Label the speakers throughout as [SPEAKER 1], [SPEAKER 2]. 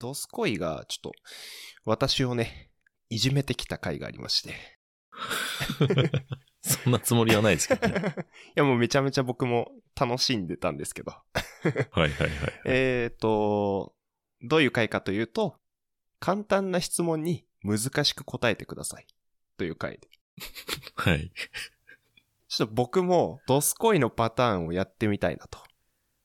[SPEAKER 1] ドスコイがちょっと私をね、いじめてきた回がありまして。
[SPEAKER 2] そんなつもりはないですけど
[SPEAKER 1] い
[SPEAKER 2] ね。
[SPEAKER 1] やもうめちゃめちゃ僕も楽しんでたんですけど。
[SPEAKER 2] はいはいはい。
[SPEAKER 1] えーと、どういう回かというと、簡単な質問に難しく答えてください。という回で。
[SPEAKER 2] はい。
[SPEAKER 1] ちょっと僕もドスコイのパターンをやってみたいなと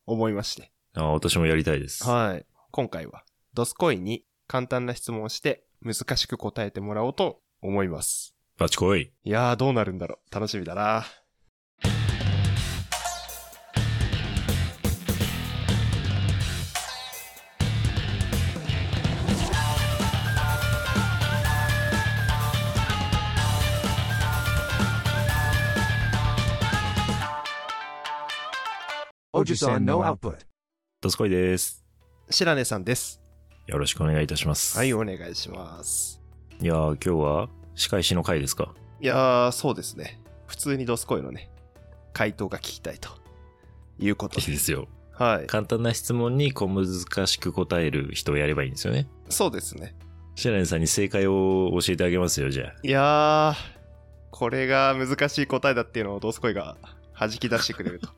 [SPEAKER 1] 思いまして。
[SPEAKER 2] あ私もやりたいです。
[SPEAKER 1] はい。今回は、ドスコイに簡単な質問をして、難しく答えてもらおうと思います。
[SPEAKER 2] バチコイ。
[SPEAKER 1] いやー、どうなるんだろう。楽しみだな。
[SPEAKER 3] Ojisan no output.
[SPEAKER 2] ドスコイです。
[SPEAKER 1] 白根さんです。
[SPEAKER 2] よろしくお願いいたします。
[SPEAKER 1] はい、
[SPEAKER 2] い
[SPEAKER 1] お願いします。
[SPEAKER 2] やー、今日は仕返しの回ですか
[SPEAKER 1] いやー、そうですね。普通にドスコイのね、回答が聞きたいということ
[SPEAKER 2] いい
[SPEAKER 1] で。
[SPEAKER 2] ですすよ。
[SPEAKER 1] はい。
[SPEAKER 2] 簡単な質問に小難しく答える人をやればいいんですよね。
[SPEAKER 1] そうですね。
[SPEAKER 2] シェランさんに正解を教えてあげますよ、じゃあ。
[SPEAKER 1] いやー、これが難しい答えだっていうのをドスコイが弾き出してくれ ると。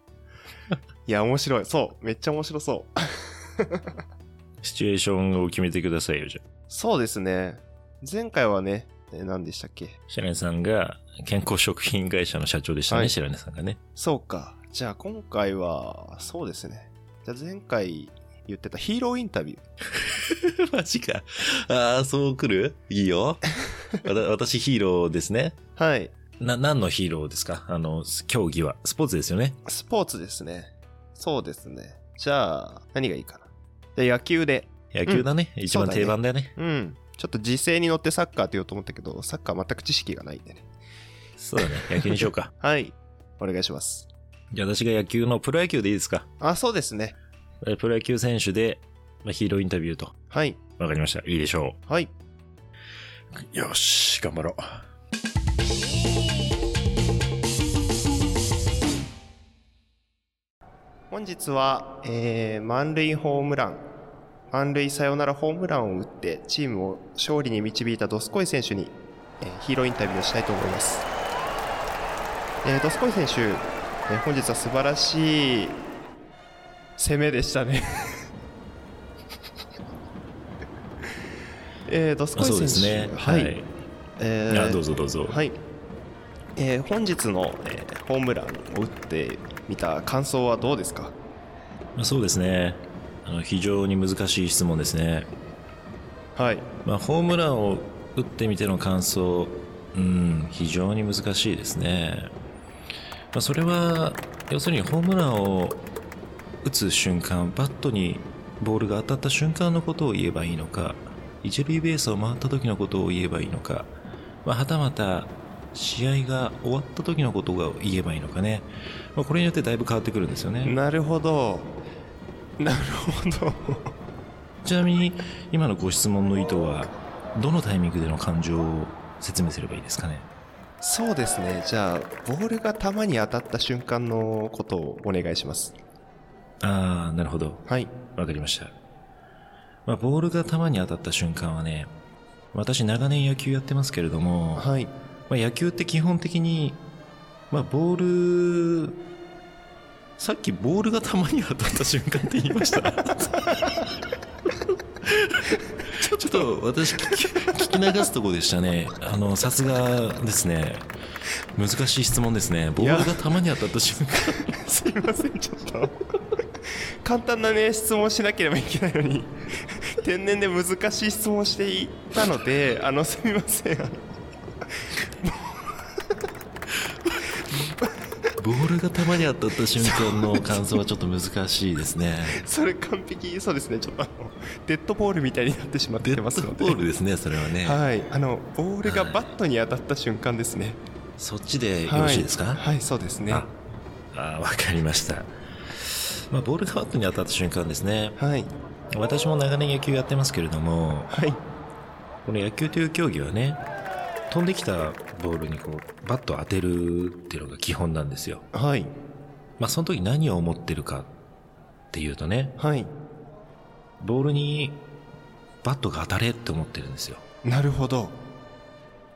[SPEAKER 1] いや、面白い。そう。めっちゃ面白そう。
[SPEAKER 2] シチュエーションを決めてくださいよ、じゃあ。
[SPEAKER 1] そうですね。前回はね、え何でしたっけ
[SPEAKER 2] シェランさんが健康食品会社の社長でしたね、
[SPEAKER 1] はい
[SPEAKER 2] シェランさんがね。
[SPEAKER 1] そうか。じゃあ今回は、そうですね。じゃあ前回言ってたヒーローインタビュー。
[SPEAKER 2] マジか。ああ、そう来るいいよ。わた私ヒーローですね。
[SPEAKER 1] はい。
[SPEAKER 2] な、何のヒーローですかあの、競技は。スポーツですよね。
[SPEAKER 1] スポーツですね。そうですね。じゃあ、何がいいかな。じゃあ野球で。
[SPEAKER 2] 野球だね。一番
[SPEAKER 1] そうだね
[SPEAKER 2] 定番だよね。
[SPEAKER 1] うん。ちょっと時勢に乗ってサッカーって言おうと思ったけど、サッカー全く知識がないんでね。
[SPEAKER 2] そうだね。野球にしよう か。
[SPEAKER 1] はい。お願いします。
[SPEAKER 2] じゃあ私が野球のプロ野球でいいですか
[SPEAKER 1] あ、そうですね。
[SPEAKER 2] えプロ野球選手で、まあ、ヒーローインタビューと。
[SPEAKER 1] はい。
[SPEAKER 2] わかりました。いいでしょ
[SPEAKER 1] はい。
[SPEAKER 2] う。よし、頑張ろう。
[SPEAKER 1] 本日は、えー、満塁ホームラン、満塁サヨナラホームランを打って、チームを勝利に導いたドスコイ選手に、えーヒーローインタビューをしたいと思います。えードスコイ選手、えー本日は素晴らしい攻めでした ね。えードスコ
[SPEAKER 2] あ
[SPEAKER 1] イ
[SPEAKER 2] そ
[SPEAKER 1] 選
[SPEAKER 2] う
[SPEAKER 1] 手、
[SPEAKER 2] ですね。
[SPEAKER 1] はい、
[SPEAKER 2] はい
[SPEAKER 1] えー
[SPEAKER 2] いやどうぞどうぞ。
[SPEAKER 1] はい、えー本日の、えーホームランを打ってみた感想はどうですか
[SPEAKER 2] まあそうですね。あの非常に難しい質問ですね。
[SPEAKER 1] はい
[SPEAKER 2] まあ、ホームランを打ってみての感想、うん、非常に難しいですね。まあ、それは、要するにホームランを打つ瞬間、バットにボールが当たった瞬間のことを言えばいいのか、一塁ベースを回った時のことを言えばいいのか、まあ、はたまた、試合が終わった時のことが言えばいいのかね。まあ、これによってだいぶ変わってくるんですよね。
[SPEAKER 1] なるほどなるほど
[SPEAKER 2] ちなみに、今のご質問の意図は、どのタイミングでの感情を説明すればいいですかね。
[SPEAKER 1] そうですねじゃあボールが球に当たった瞬間のことをお願いします
[SPEAKER 2] ああ、なるほど。
[SPEAKER 1] はい
[SPEAKER 2] わかりました。まあ、ボールが球に当たった瞬間はね、私長年野球やってますけれども、
[SPEAKER 1] はい
[SPEAKER 2] まあ、野球って基本的に、まあ、ボール、さっきボールが球に当たった瞬間って言いました。 ちょっと私聞き聞き流すとこでしたね。あの、さすがですね。難しい質問ですね。ボールが球に当たった瞬間。
[SPEAKER 1] すいませんちょっと簡単なね質問しなければいけないのに天然で難しい質問をしていたのであのすみません
[SPEAKER 2] ボールが球に当たった瞬間の感想はちょっと難しいです ね。
[SPEAKER 1] それ完璧そうですねちょっとあのデッドボールみたいになってしまっ
[SPEAKER 2] デ
[SPEAKER 1] てます
[SPEAKER 2] ッド
[SPEAKER 1] ので
[SPEAKER 2] ボールですね、それはね。
[SPEAKER 1] はい、あのボールがバットに当たった瞬間ですね。
[SPEAKER 2] そっちでよ
[SPEAKER 1] は
[SPEAKER 2] ろしいですか、
[SPEAKER 1] はい、そうですね。
[SPEAKER 2] ああー、わかりました。まあ、ボールがバットに当たった瞬間ですね。
[SPEAKER 1] はい、
[SPEAKER 2] 私も長年野球やってますけれども、
[SPEAKER 1] はい、
[SPEAKER 2] この野球という競技はね、飛んできたボールにこう、バットを当てるっていうのが基本なんですよ。
[SPEAKER 1] はい、
[SPEAKER 2] まあ、その時何を思ってるかっていうとね、
[SPEAKER 1] はい、
[SPEAKER 2] ボールにバットが当たれって思ってるんですよ。
[SPEAKER 1] なるほど。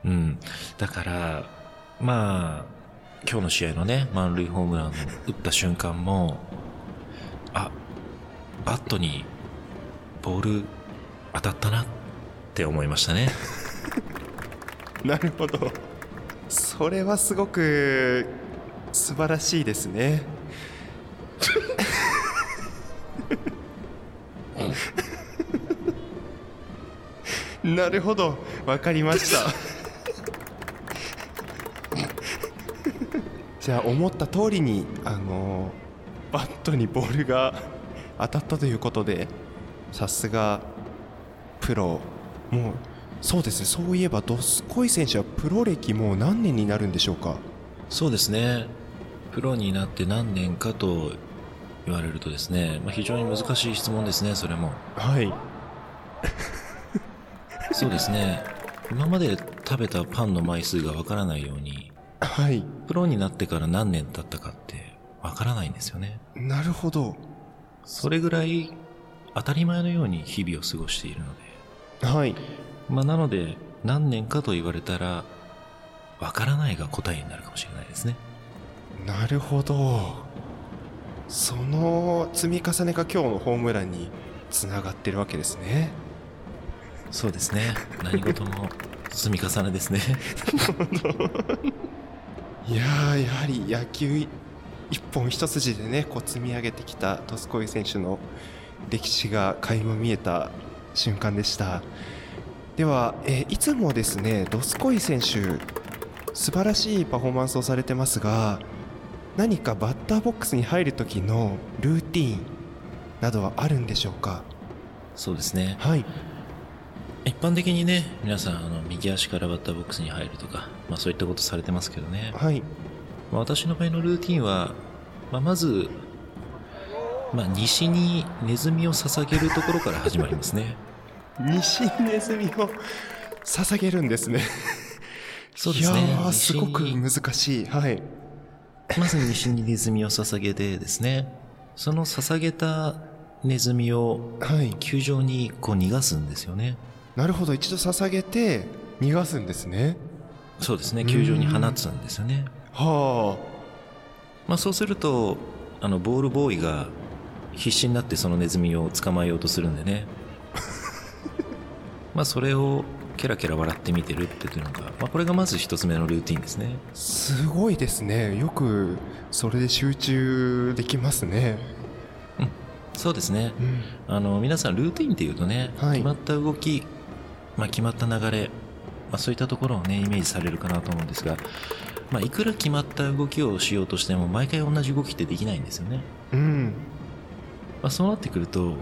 [SPEAKER 2] うん。だから、まあ、今日の試合のね、満塁ホームランを打った瞬間も、あ、バットにボール当たったなって思いましたね。
[SPEAKER 1] なるほど。それはすごく素晴らしいですね。 なるほど、わかりました。 じゃあ思った通りにあのバットにボールが当たったということで、さすがプロもうそうですねそういえばドスコイ選手はプロ歴もう何年になるんでしょうか
[SPEAKER 2] そうですね。プロになって何年かと言われるとですね、まあ、非常に難しい質問ですね、それも。
[SPEAKER 1] はい
[SPEAKER 2] そうですね。今まで食べたパンの枚数がわからないように、
[SPEAKER 1] はい
[SPEAKER 2] プロになってから何年経ったかってわからないんですよね。
[SPEAKER 1] なるほど
[SPEAKER 2] それぐらい当たり前のように日々を過ごしているので。
[SPEAKER 1] はい
[SPEAKER 2] まあ、なので、何年かと言われたら、わからないが答えになるかもしれないですね。
[SPEAKER 1] なるほどその積み重ねが今日のホームランにつながってるわけですね
[SPEAKER 2] そうですね。 何事も積み重ねですね。
[SPEAKER 1] いやーやはり野球一本一筋でねこう積み上げてきた鳥栖コイ選手の歴史が垣間見えた瞬間でしたでは、えーいつもですね鳥栖コイ選手素晴らしいパフォーマンスをされてますが何かバッターボックスに入る時のルーティーンなどはあるんでしょうか
[SPEAKER 2] そうですね。
[SPEAKER 1] はい
[SPEAKER 2] 一般的にね、皆さん、あの、右足からバッターボックスに入るとか、まあそういったことされてますけどね。
[SPEAKER 1] はい
[SPEAKER 2] まあ、私の場合のルーティンは、まあ、まず、まあ、西にネズミを捧げるところから始まりますね。
[SPEAKER 1] 西ネズミを捧げるんですね
[SPEAKER 2] そうですね
[SPEAKER 1] いやーすごく
[SPEAKER 2] 西に
[SPEAKER 1] 難しいはい
[SPEAKER 2] まず西にネズミを捧げてですね、その捧げたネズミを
[SPEAKER 1] はい
[SPEAKER 2] 球場にこう逃がすんですよね。
[SPEAKER 1] なるほど一度捧げて逃がすんですね
[SPEAKER 2] そうですね、
[SPEAKER 1] うん
[SPEAKER 2] 球場に放つんですよね。
[SPEAKER 1] は
[SPEAKER 2] まあそうすると、あの、ボールボーイが必死になってそのネズミを捕まえようとするんで ね。まあそれをケラケラ笑って見てるっていうのが、まあこれがまず一つ目のルーティンですね。
[SPEAKER 1] あすごいですねよくそれで集中できますね
[SPEAKER 2] そうですね。
[SPEAKER 1] うん
[SPEAKER 2] あの、皆さんルーティンっていうとね、
[SPEAKER 1] はい
[SPEAKER 2] 決まった動き、まあ決まった流れ、まあそういったところをね、イメージされるかなと思うんですが、まあいくら決まった動きをしようとしても毎回同じ動きってできないんですよね。
[SPEAKER 1] うん
[SPEAKER 2] まあ、そうなってくると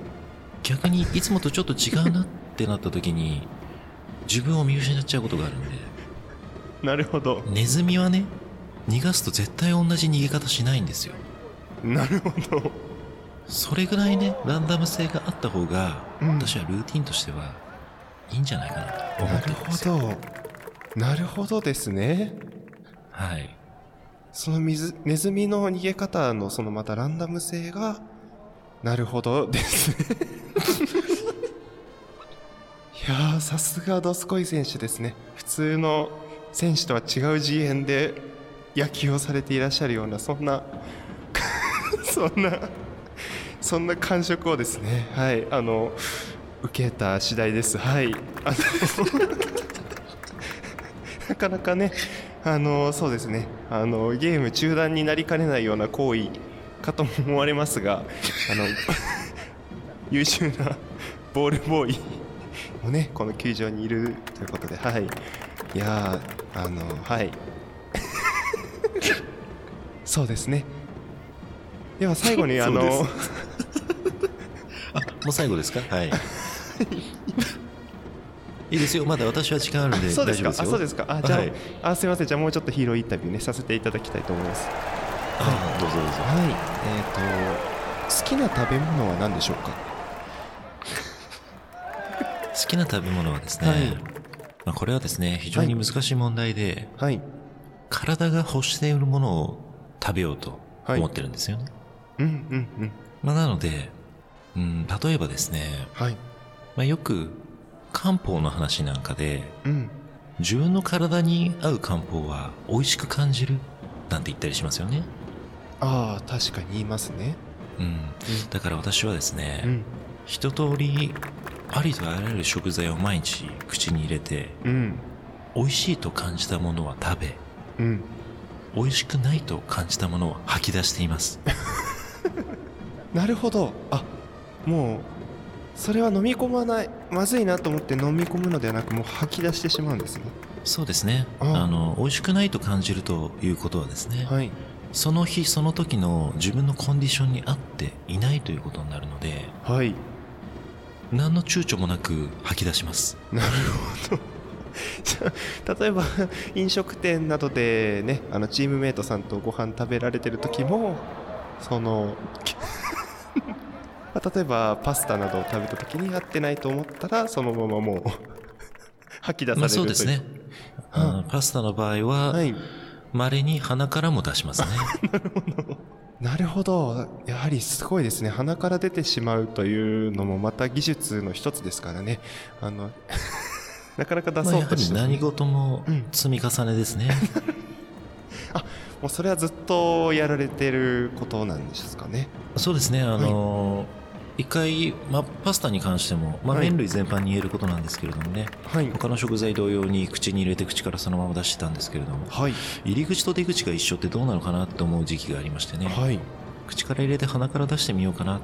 [SPEAKER 2] 逆にいつもとちょっと違うなってなった時に 自分を見失っちゃうことがあるんで
[SPEAKER 1] なるほど
[SPEAKER 2] ネズミはね逃がすと絶対同じ逃げ方しないんですよ
[SPEAKER 1] なるほど
[SPEAKER 2] それぐらいねランダム性があった方が、
[SPEAKER 1] うん
[SPEAKER 2] 私はルーティンとしてはいいんじゃないかなと思
[SPEAKER 1] な
[SPEAKER 2] って
[SPEAKER 1] る
[SPEAKER 2] るんで
[SPEAKER 1] ほ
[SPEAKER 2] すよ
[SPEAKER 1] どなるほどですね
[SPEAKER 2] はい
[SPEAKER 1] その水ネズミの逃げ方のそのまたランダム性がなるほどですねいやーさすがドスコイ選手ですね普通の選手とは違う次元で野球をされていらっしゃるようなそんな そんなそんな感触をですねはいあの受けた次第ですはいあの なかなかねあのそうですねあのゲーム中断になりかねないような行為かとも思われますがあの 優秀なボールボーイもねこの球場にいるということではいいやーあのはい そうですねでは最後にあ
[SPEAKER 2] そう
[SPEAKER 1] の
[SPEAKER 2] であもう最後ですかはいい いですよまだ私は時間あるんで
[SPEAKER 1] そう
[SPEAKER 2] 大
[SPEAKER 1] です
[SPEAKER 2] 丈
[SPEAKER 1] か
[SPEAKER 2] 夫ですよ
[SPEAKER 1] あそうですかあじゃあ,、
[SPEAKER 2] はい
[SPEAKER 1] あすいませんじゃあもうちょっとヒーローインタビューねさせていただきたいと思います
[SPEAKER 2] あどうぞどうぞ
[SPEAKER 1] はい、えっ、と好きな食べ物は何でしょうか。
[SPEAKER 2] 好きな食べ物はですね、
[SPEAKER 1] はい
[SPEAKER 2] まあ、これはですね非常に難しい問題で、
[SPEAKER 1] はい。
[SPEAKER 2] 体が欲しているものを食べようと
[SPEAKER 1] はい
[SPEAKER 2] 思ってるんですよね、
[SPEAKER 1] うんうんうん。
[SPEAKER 2] まあ、なので、うん、例えばですね、
[SPEAKER 1] はい。
[SPEAKER 2] まあ、よく漢方の話なんかで
[SPEAKER 1] うん
[SPEAKER 2] 自分の体に合う漢方は美味しく感じるなんて言ったりしますよね、
[SPEAKER 1] ああ確かに言いますね
[SPEAKER 2] うん、だから私はですね、
[SPEAKER 1] うん
[SPEAKER 2] 一通りありとあらゆる食材を毎日口に入れて
[SPEAKER 1] うん
[SPEAKER 2] 美味しいと感じたものは食べ
[SPEAKER 1] うん
[SPEAKER 2] 美味しくないと感じたものは吐き出しています
[SPEAKER 1] なるほどあもうそれは飲み込まないまずいなと思って飲み込むのではなくもう吐き出してしまうんですね
[SPEAKER 2] そうですね
[SPEAKER 1] うん
[SPEAKER 2] あの美味しくないと感じるということはですね、
[SPEAKER 1] はい
[SPEAKER 2] その日その時の自分のコンディションに合っていないということになるので
[SPEAKER 1] はい
[SPEAKER 2] 何の躊躇もなく吐き出します
[SPEAKER 1] なるほどじゃあ例えば 飲食店などでねあのチームメイトさんとご飯食べられてる時もその まあ例えばパスタなどを食べた時に合ってないと思ったらそのままもう 吐き出される
[SPEAKER 2] まあそうですね
[SPEAKER 1] という
[SPEAKER 2] あのパスタの場合
[SPEAKER 1] というは
[SPEAKER 2] はい稀に鼻からも出 しますね
[SPEAKER 1] なるほどやはりすごいですね鼻から出てしまうというのもまた技術の一つですからねあの なかなか出
[SPEAKER 2] まあ
[SPEAKER 1] そ
[SPEAKER 2] や
[SPEAKER 1] う
[SPEAKER 2] は
[SPEAKER 1] とし
[SPEAKER 2] り
[SPEAKER 1] ても
[SPEAKER 2] 何事も
[SPEAKER 1] うん
[SPEAKER 2] 積み重ねですね、
[SPEAKER 1] もうそれはずっとやられてることなんですかね
[SPEAKER 2] そうですねあの一回、まあ、パスタに関しても、まあ、
[SPEAKER 1] はい
[SPEAKER 2] 麺類全般に言えることなんですけれどもね、
[SPEAKER 1] はい
[SPEAKER 2] 他の食材同様に口に入れて口からそのまま出してたんですけれども
[SPEAKER 1] はい
[SPEAKER 2] 入り口と出口が一緒ってどうなのかなと思う時期がありましてね、
[SPEAKER 1] はい
[SPEAKER 2] 口から入れて鼻から出してみようかな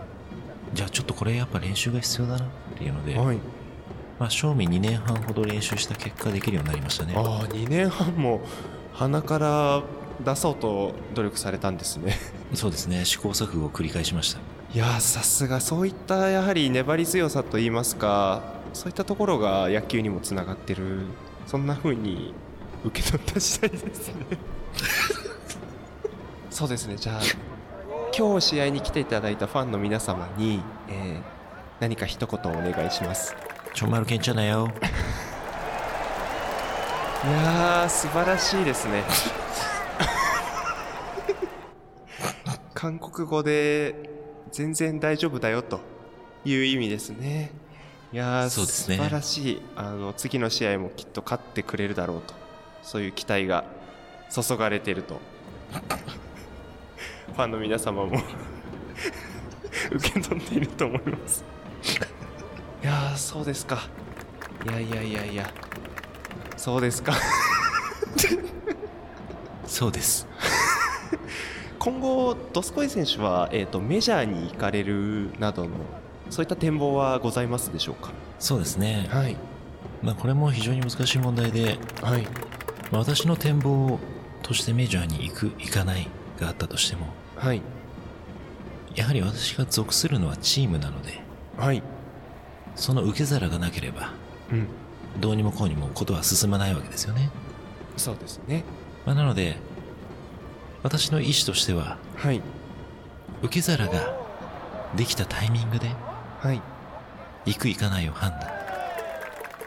[SPEAKER 2] じゃあちょっとこれやっぱ練習が必要だなっていうので、
[SPEAKER 1] はい
[SPEAKER 2] まあ、正味2年半ほど練習した結果できるようになりましたね
[SPEAKER 1] ああ2年半も鼻から出そうと努力されたんですね
[SPEAKER 2] そうですね試行錯誤を繰り返しました
[SPEAKER 1] いやーさすがそういったやはり粘り強さといいますかそういったところが野球にもつながってるそんな風に受け取った次第です ねそうですねじゃあ今日試合に来ていただいたファンの皆様に、えー何か一言お願いします
[SPEAKER 2] ちょんまるけんちゃなよ
[SPEAKER 1] いやー素晴らしいです ね韓国語で全然大丈夫だよという意味ですねいやー
[SPEAKER 2] そうですね
[SPEAKER 1] 素晴らしいあの次の試合もきっと勝ってくれるだろうとそういう期待が注がれてる とファンの皆様も 受け取っていると思い ますいやーそうですかいやいやいやいやそうですか
[SPEAKER 2] そうです
[SPEAKER 1] 今後、ドスコイ選手は、えー、とメジャーに行かれるなどのそういった展望はございますでしょうか
[SPEAKER 2] そうですね、
[SPEAKER 1] はい、
[SPEAKER 2] まあ、これも非常に難しい問題で
[SPEAKER 1] はい、
[SPEAKER 2] まあ私の展望としてメジャーに行く行かないがあったとしても
[SPEAKER 1] はい、
[SPEAKER 2] やはり私が属するのはチームなので
[SPEAKER 1] はい、
[SPEAKER 2] その受け皿がなければ
[SPEAKER 1] うん、
[SPEAKER 2] どうにもこうにもことは進まないわけですよね、
[SPEAKER 1] そうですね、
[SPEAKER 2] まあ、なので私の意思としては
[SPEAKER 1] はい、
[SPEAKER 2] 受け皿ができたタイミングで
[SPEAKER 1] はい、
[SPEAKER 2] 行く行かないを判断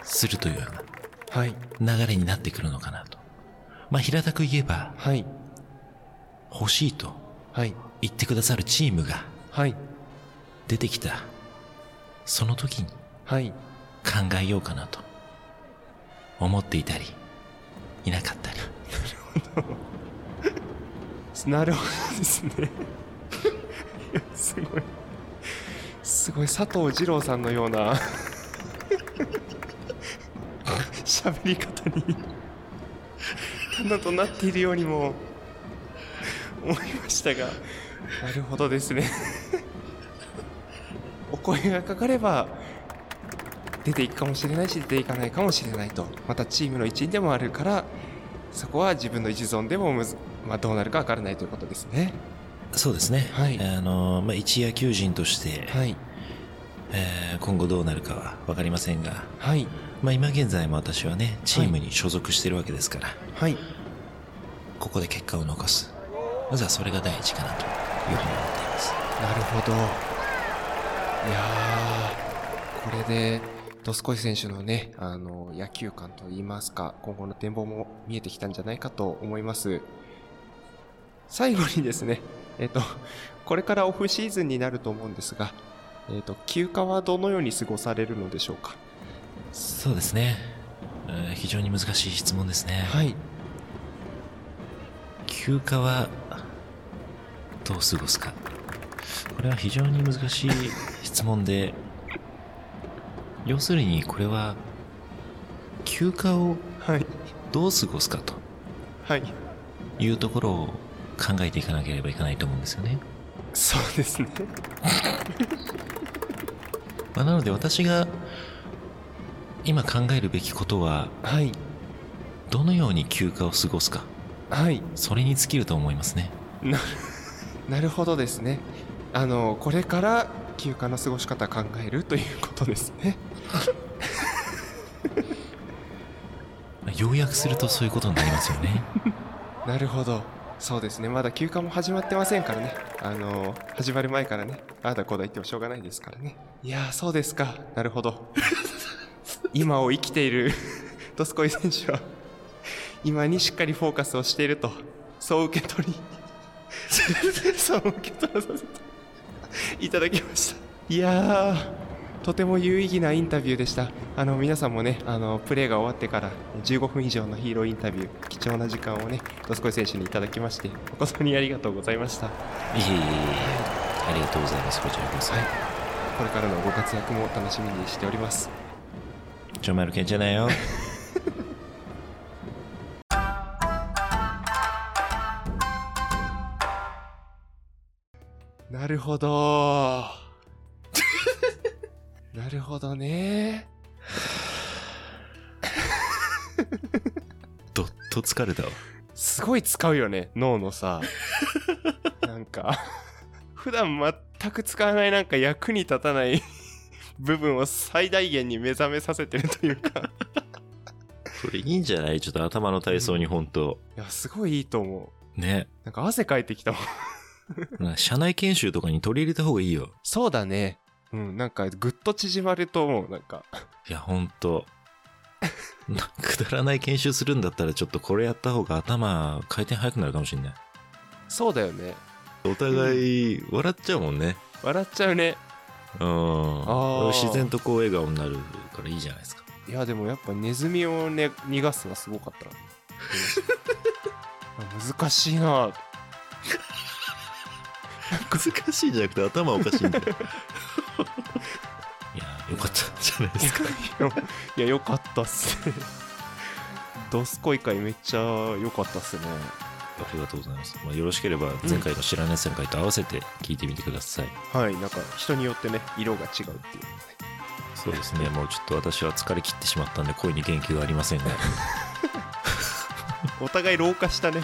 [SPEAKER 2] するというよ
[SPEAKER 1] はい、
[SPEAKER 2] うな流れになってくるのかなとまあ平たく言えば
[SPEAKER 1] はい、
[SPEAKER 2] 欲しいと
[SPEAKER 1] はい、
[SPEAKER 2] 言ってくださるチームが
[SPEAKER 1] はい、
[SPEAKER 2] 出てきたその時に
[SPEAKER 1] はい、
[SPEAKER 2] 考えようかなと思っていたりいなかったり
[SPEAKER 1] なるほどですね。いやすごい、すごい、佐藤二郎さんのような喋り方にだんだんとなっているようにも思いましたが、なるほどですね。お声がかかれば出ていくかもしれないし出ていかないかもしれないとまたチームの一員でもあるからそこは自分の一存でもむず、まあ、どうなるかわからないということですね。
[SPEAKER 2] そうですね、
[SPEAKER 1] はい
[SPEAKER 2] あのまあ、一野球人として、
[SPEAKER 1] はい、
[SPEAKER 2] えー今後どうなるかは分かりませんが、
[SPEAKER 1] はい、
[SPEAKER 2] まあ、今現在も私はねチームに所属してるわけですから、
[SPEAKER 1] はい、
[SPEAKER 2] ここで結果を残すまずはそれが第一かなというふうに思っています
[SPEAKER 1] なるほど。いやー、これで、ドスコイ選手のね、あの、野球観といいますか、今後の展望も見えてきたんじゃないかと思います。最後にですね、えっ、と、これからオフシーズンになると思うんですが、えっ、と、休暇はどのように過ごされるのでしょうか。
[SPEAKER 2] そうですね。うん非常に難しい質問ですね。
[SPEAKER 1] はい。
[SPEAKER 2] 休暇はどう過ごすかこれは非常に難しい質問で 要するにこれは休暇を
[SPEAKER 1] はい。
[SPEAKER 2] どう過ごすかと
[SPEAKER 1] はい。
[SPEAKER 2] いうところを考えていかなければいけないと思うんですよね、
[SPEAKER 1] そうですね。
[SPEAKER 2] まあ、なので私が今考えるべきことは
[SPEAKER 1] はい。
[SPEAKER 2] どのように休暇を過ごすか
[SPEAKER 1] はい。
[SPEAKER 2] それに尽きると思いますね
[SPEAKER 1] ななるほどですね。あの、これから休暇の過ごし方考えるということですね。
[SPEAKER 2] まあ要約するとそういうことになりますよね
[SPEAKER 1] なるほど。そうですね。まだ休暇も始まってませんからね。あの、始まる前からね。ああだこうだ言ってもしょうがないですからね。いやー、そうですか。なるほど。今を生きている ドスコイ選手は、今にしっかりフォーカスをしていると、そう受け取り、そう受け取らさせていただきました。いやー、とても有意義なインタビューでした。あの皆さんもね、あのプレーが終わってから15分以上のヒーローインタビュー、貴重な時間をね、ドスコイ選手にいただきまして、誠にありがとうございました。
[SPEAKER 2] いえいえいえありがとうございますこちらこそ、
[SPEAKER 1] はい、これからのご活躍も楽しみにしております。
[SPEAKER 2] ちょまるけんじゃないよ
[SPEAKER 1] なるほ ど。なるほどね。
[SPEAKER 2] どっと疲れたわ
[SPEAKER 1] すごい使うよね、脳の さ。なんか、普段全く使わないなんか役に立たない 部分を最大限に目覚めさせてるという か。
[SPEAKER 2] これいいんじゃないちょっと頭の体操に本当、
[SPEAKER 1] いや、すごいいいと思う。
[SPEAKER 2] ね
[SPEAKER 1] なんか汗かいてきたもん。
[SPEAKER 2] な社内研修とかに取り入れた方がいいよ
[SPEAKER 1] そうだね。うん、なんかぐっと縮まると思う、なんか。
[SPEAKER 2] いや本当なくだらない研修するんだったらちょっとこれやった方が頭回転速くなるかもしんない
[SPEAKER 1] そうだよね。
[SPEAKER 2] お互い笑っちゃうもんね
[SPEAKER 1] 笑っちゃうね。
[SPEAKER 2] うん
[SPEAKER 1] ー
[SPEAKER 2] 自然とこう笑顔になるからいいじゃないですか
[SPEAKER 1] いやでもやっぱネズミをね逃がすのはすごかった な難しいな
[SPEAKER 2] 難しいじゃなくて頭おかしいん だよいやよかったんじゃないですか
[SPEAKER 1] いやよかったっす ねドスコイ会めっちゃ良かったっすね
[SPEAKER 2] ありがとうございます、まあ、よろしければ前回の知らない世界と合わせて聞いてみてください、
[SPEAKER 1] はいなんか人によってね色が違うっていうね
[SPEAKER 2] そうですね、もうちょっと私は疲れ切ってしまったんで、声に元気がありませんね。
[SPEAKER 1] お互い老化したね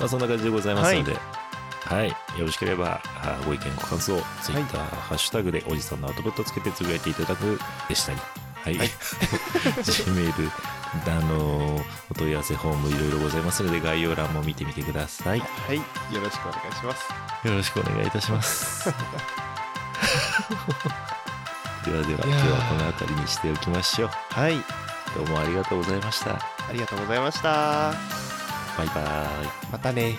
[SPEAKER 2] まあそんな感じでございますので、はい、よろしければあご意見、ご感想、ツイッター、ハッシュタグでおじさんのアウトプットつけてつぶやいていただくでしたり、はい、
[SPEAKER 1] はい
[SPEAKER 2] G メール、あのーお問い合わせフォームいろいろございますので、概要欄も見てみてください。よ
[SPEAKER 1] はいよろしくお願いします
[SPEAKER 2] ろしくお願いいたし ます。ではでは、
[SPEAKER 1] い
[SPEAKER 2] 今日
[SPEAKER 1] やー
[SPEAKER 2] はこの辺りにしておきましょう。
[SPEAKER 1] はい
[SPEAKER 2] どうもありがとうございました。
[SPEAKER 1] ありがとうございました
[SPEAKER 2] バイバイ。
[SPEAKER 1] またね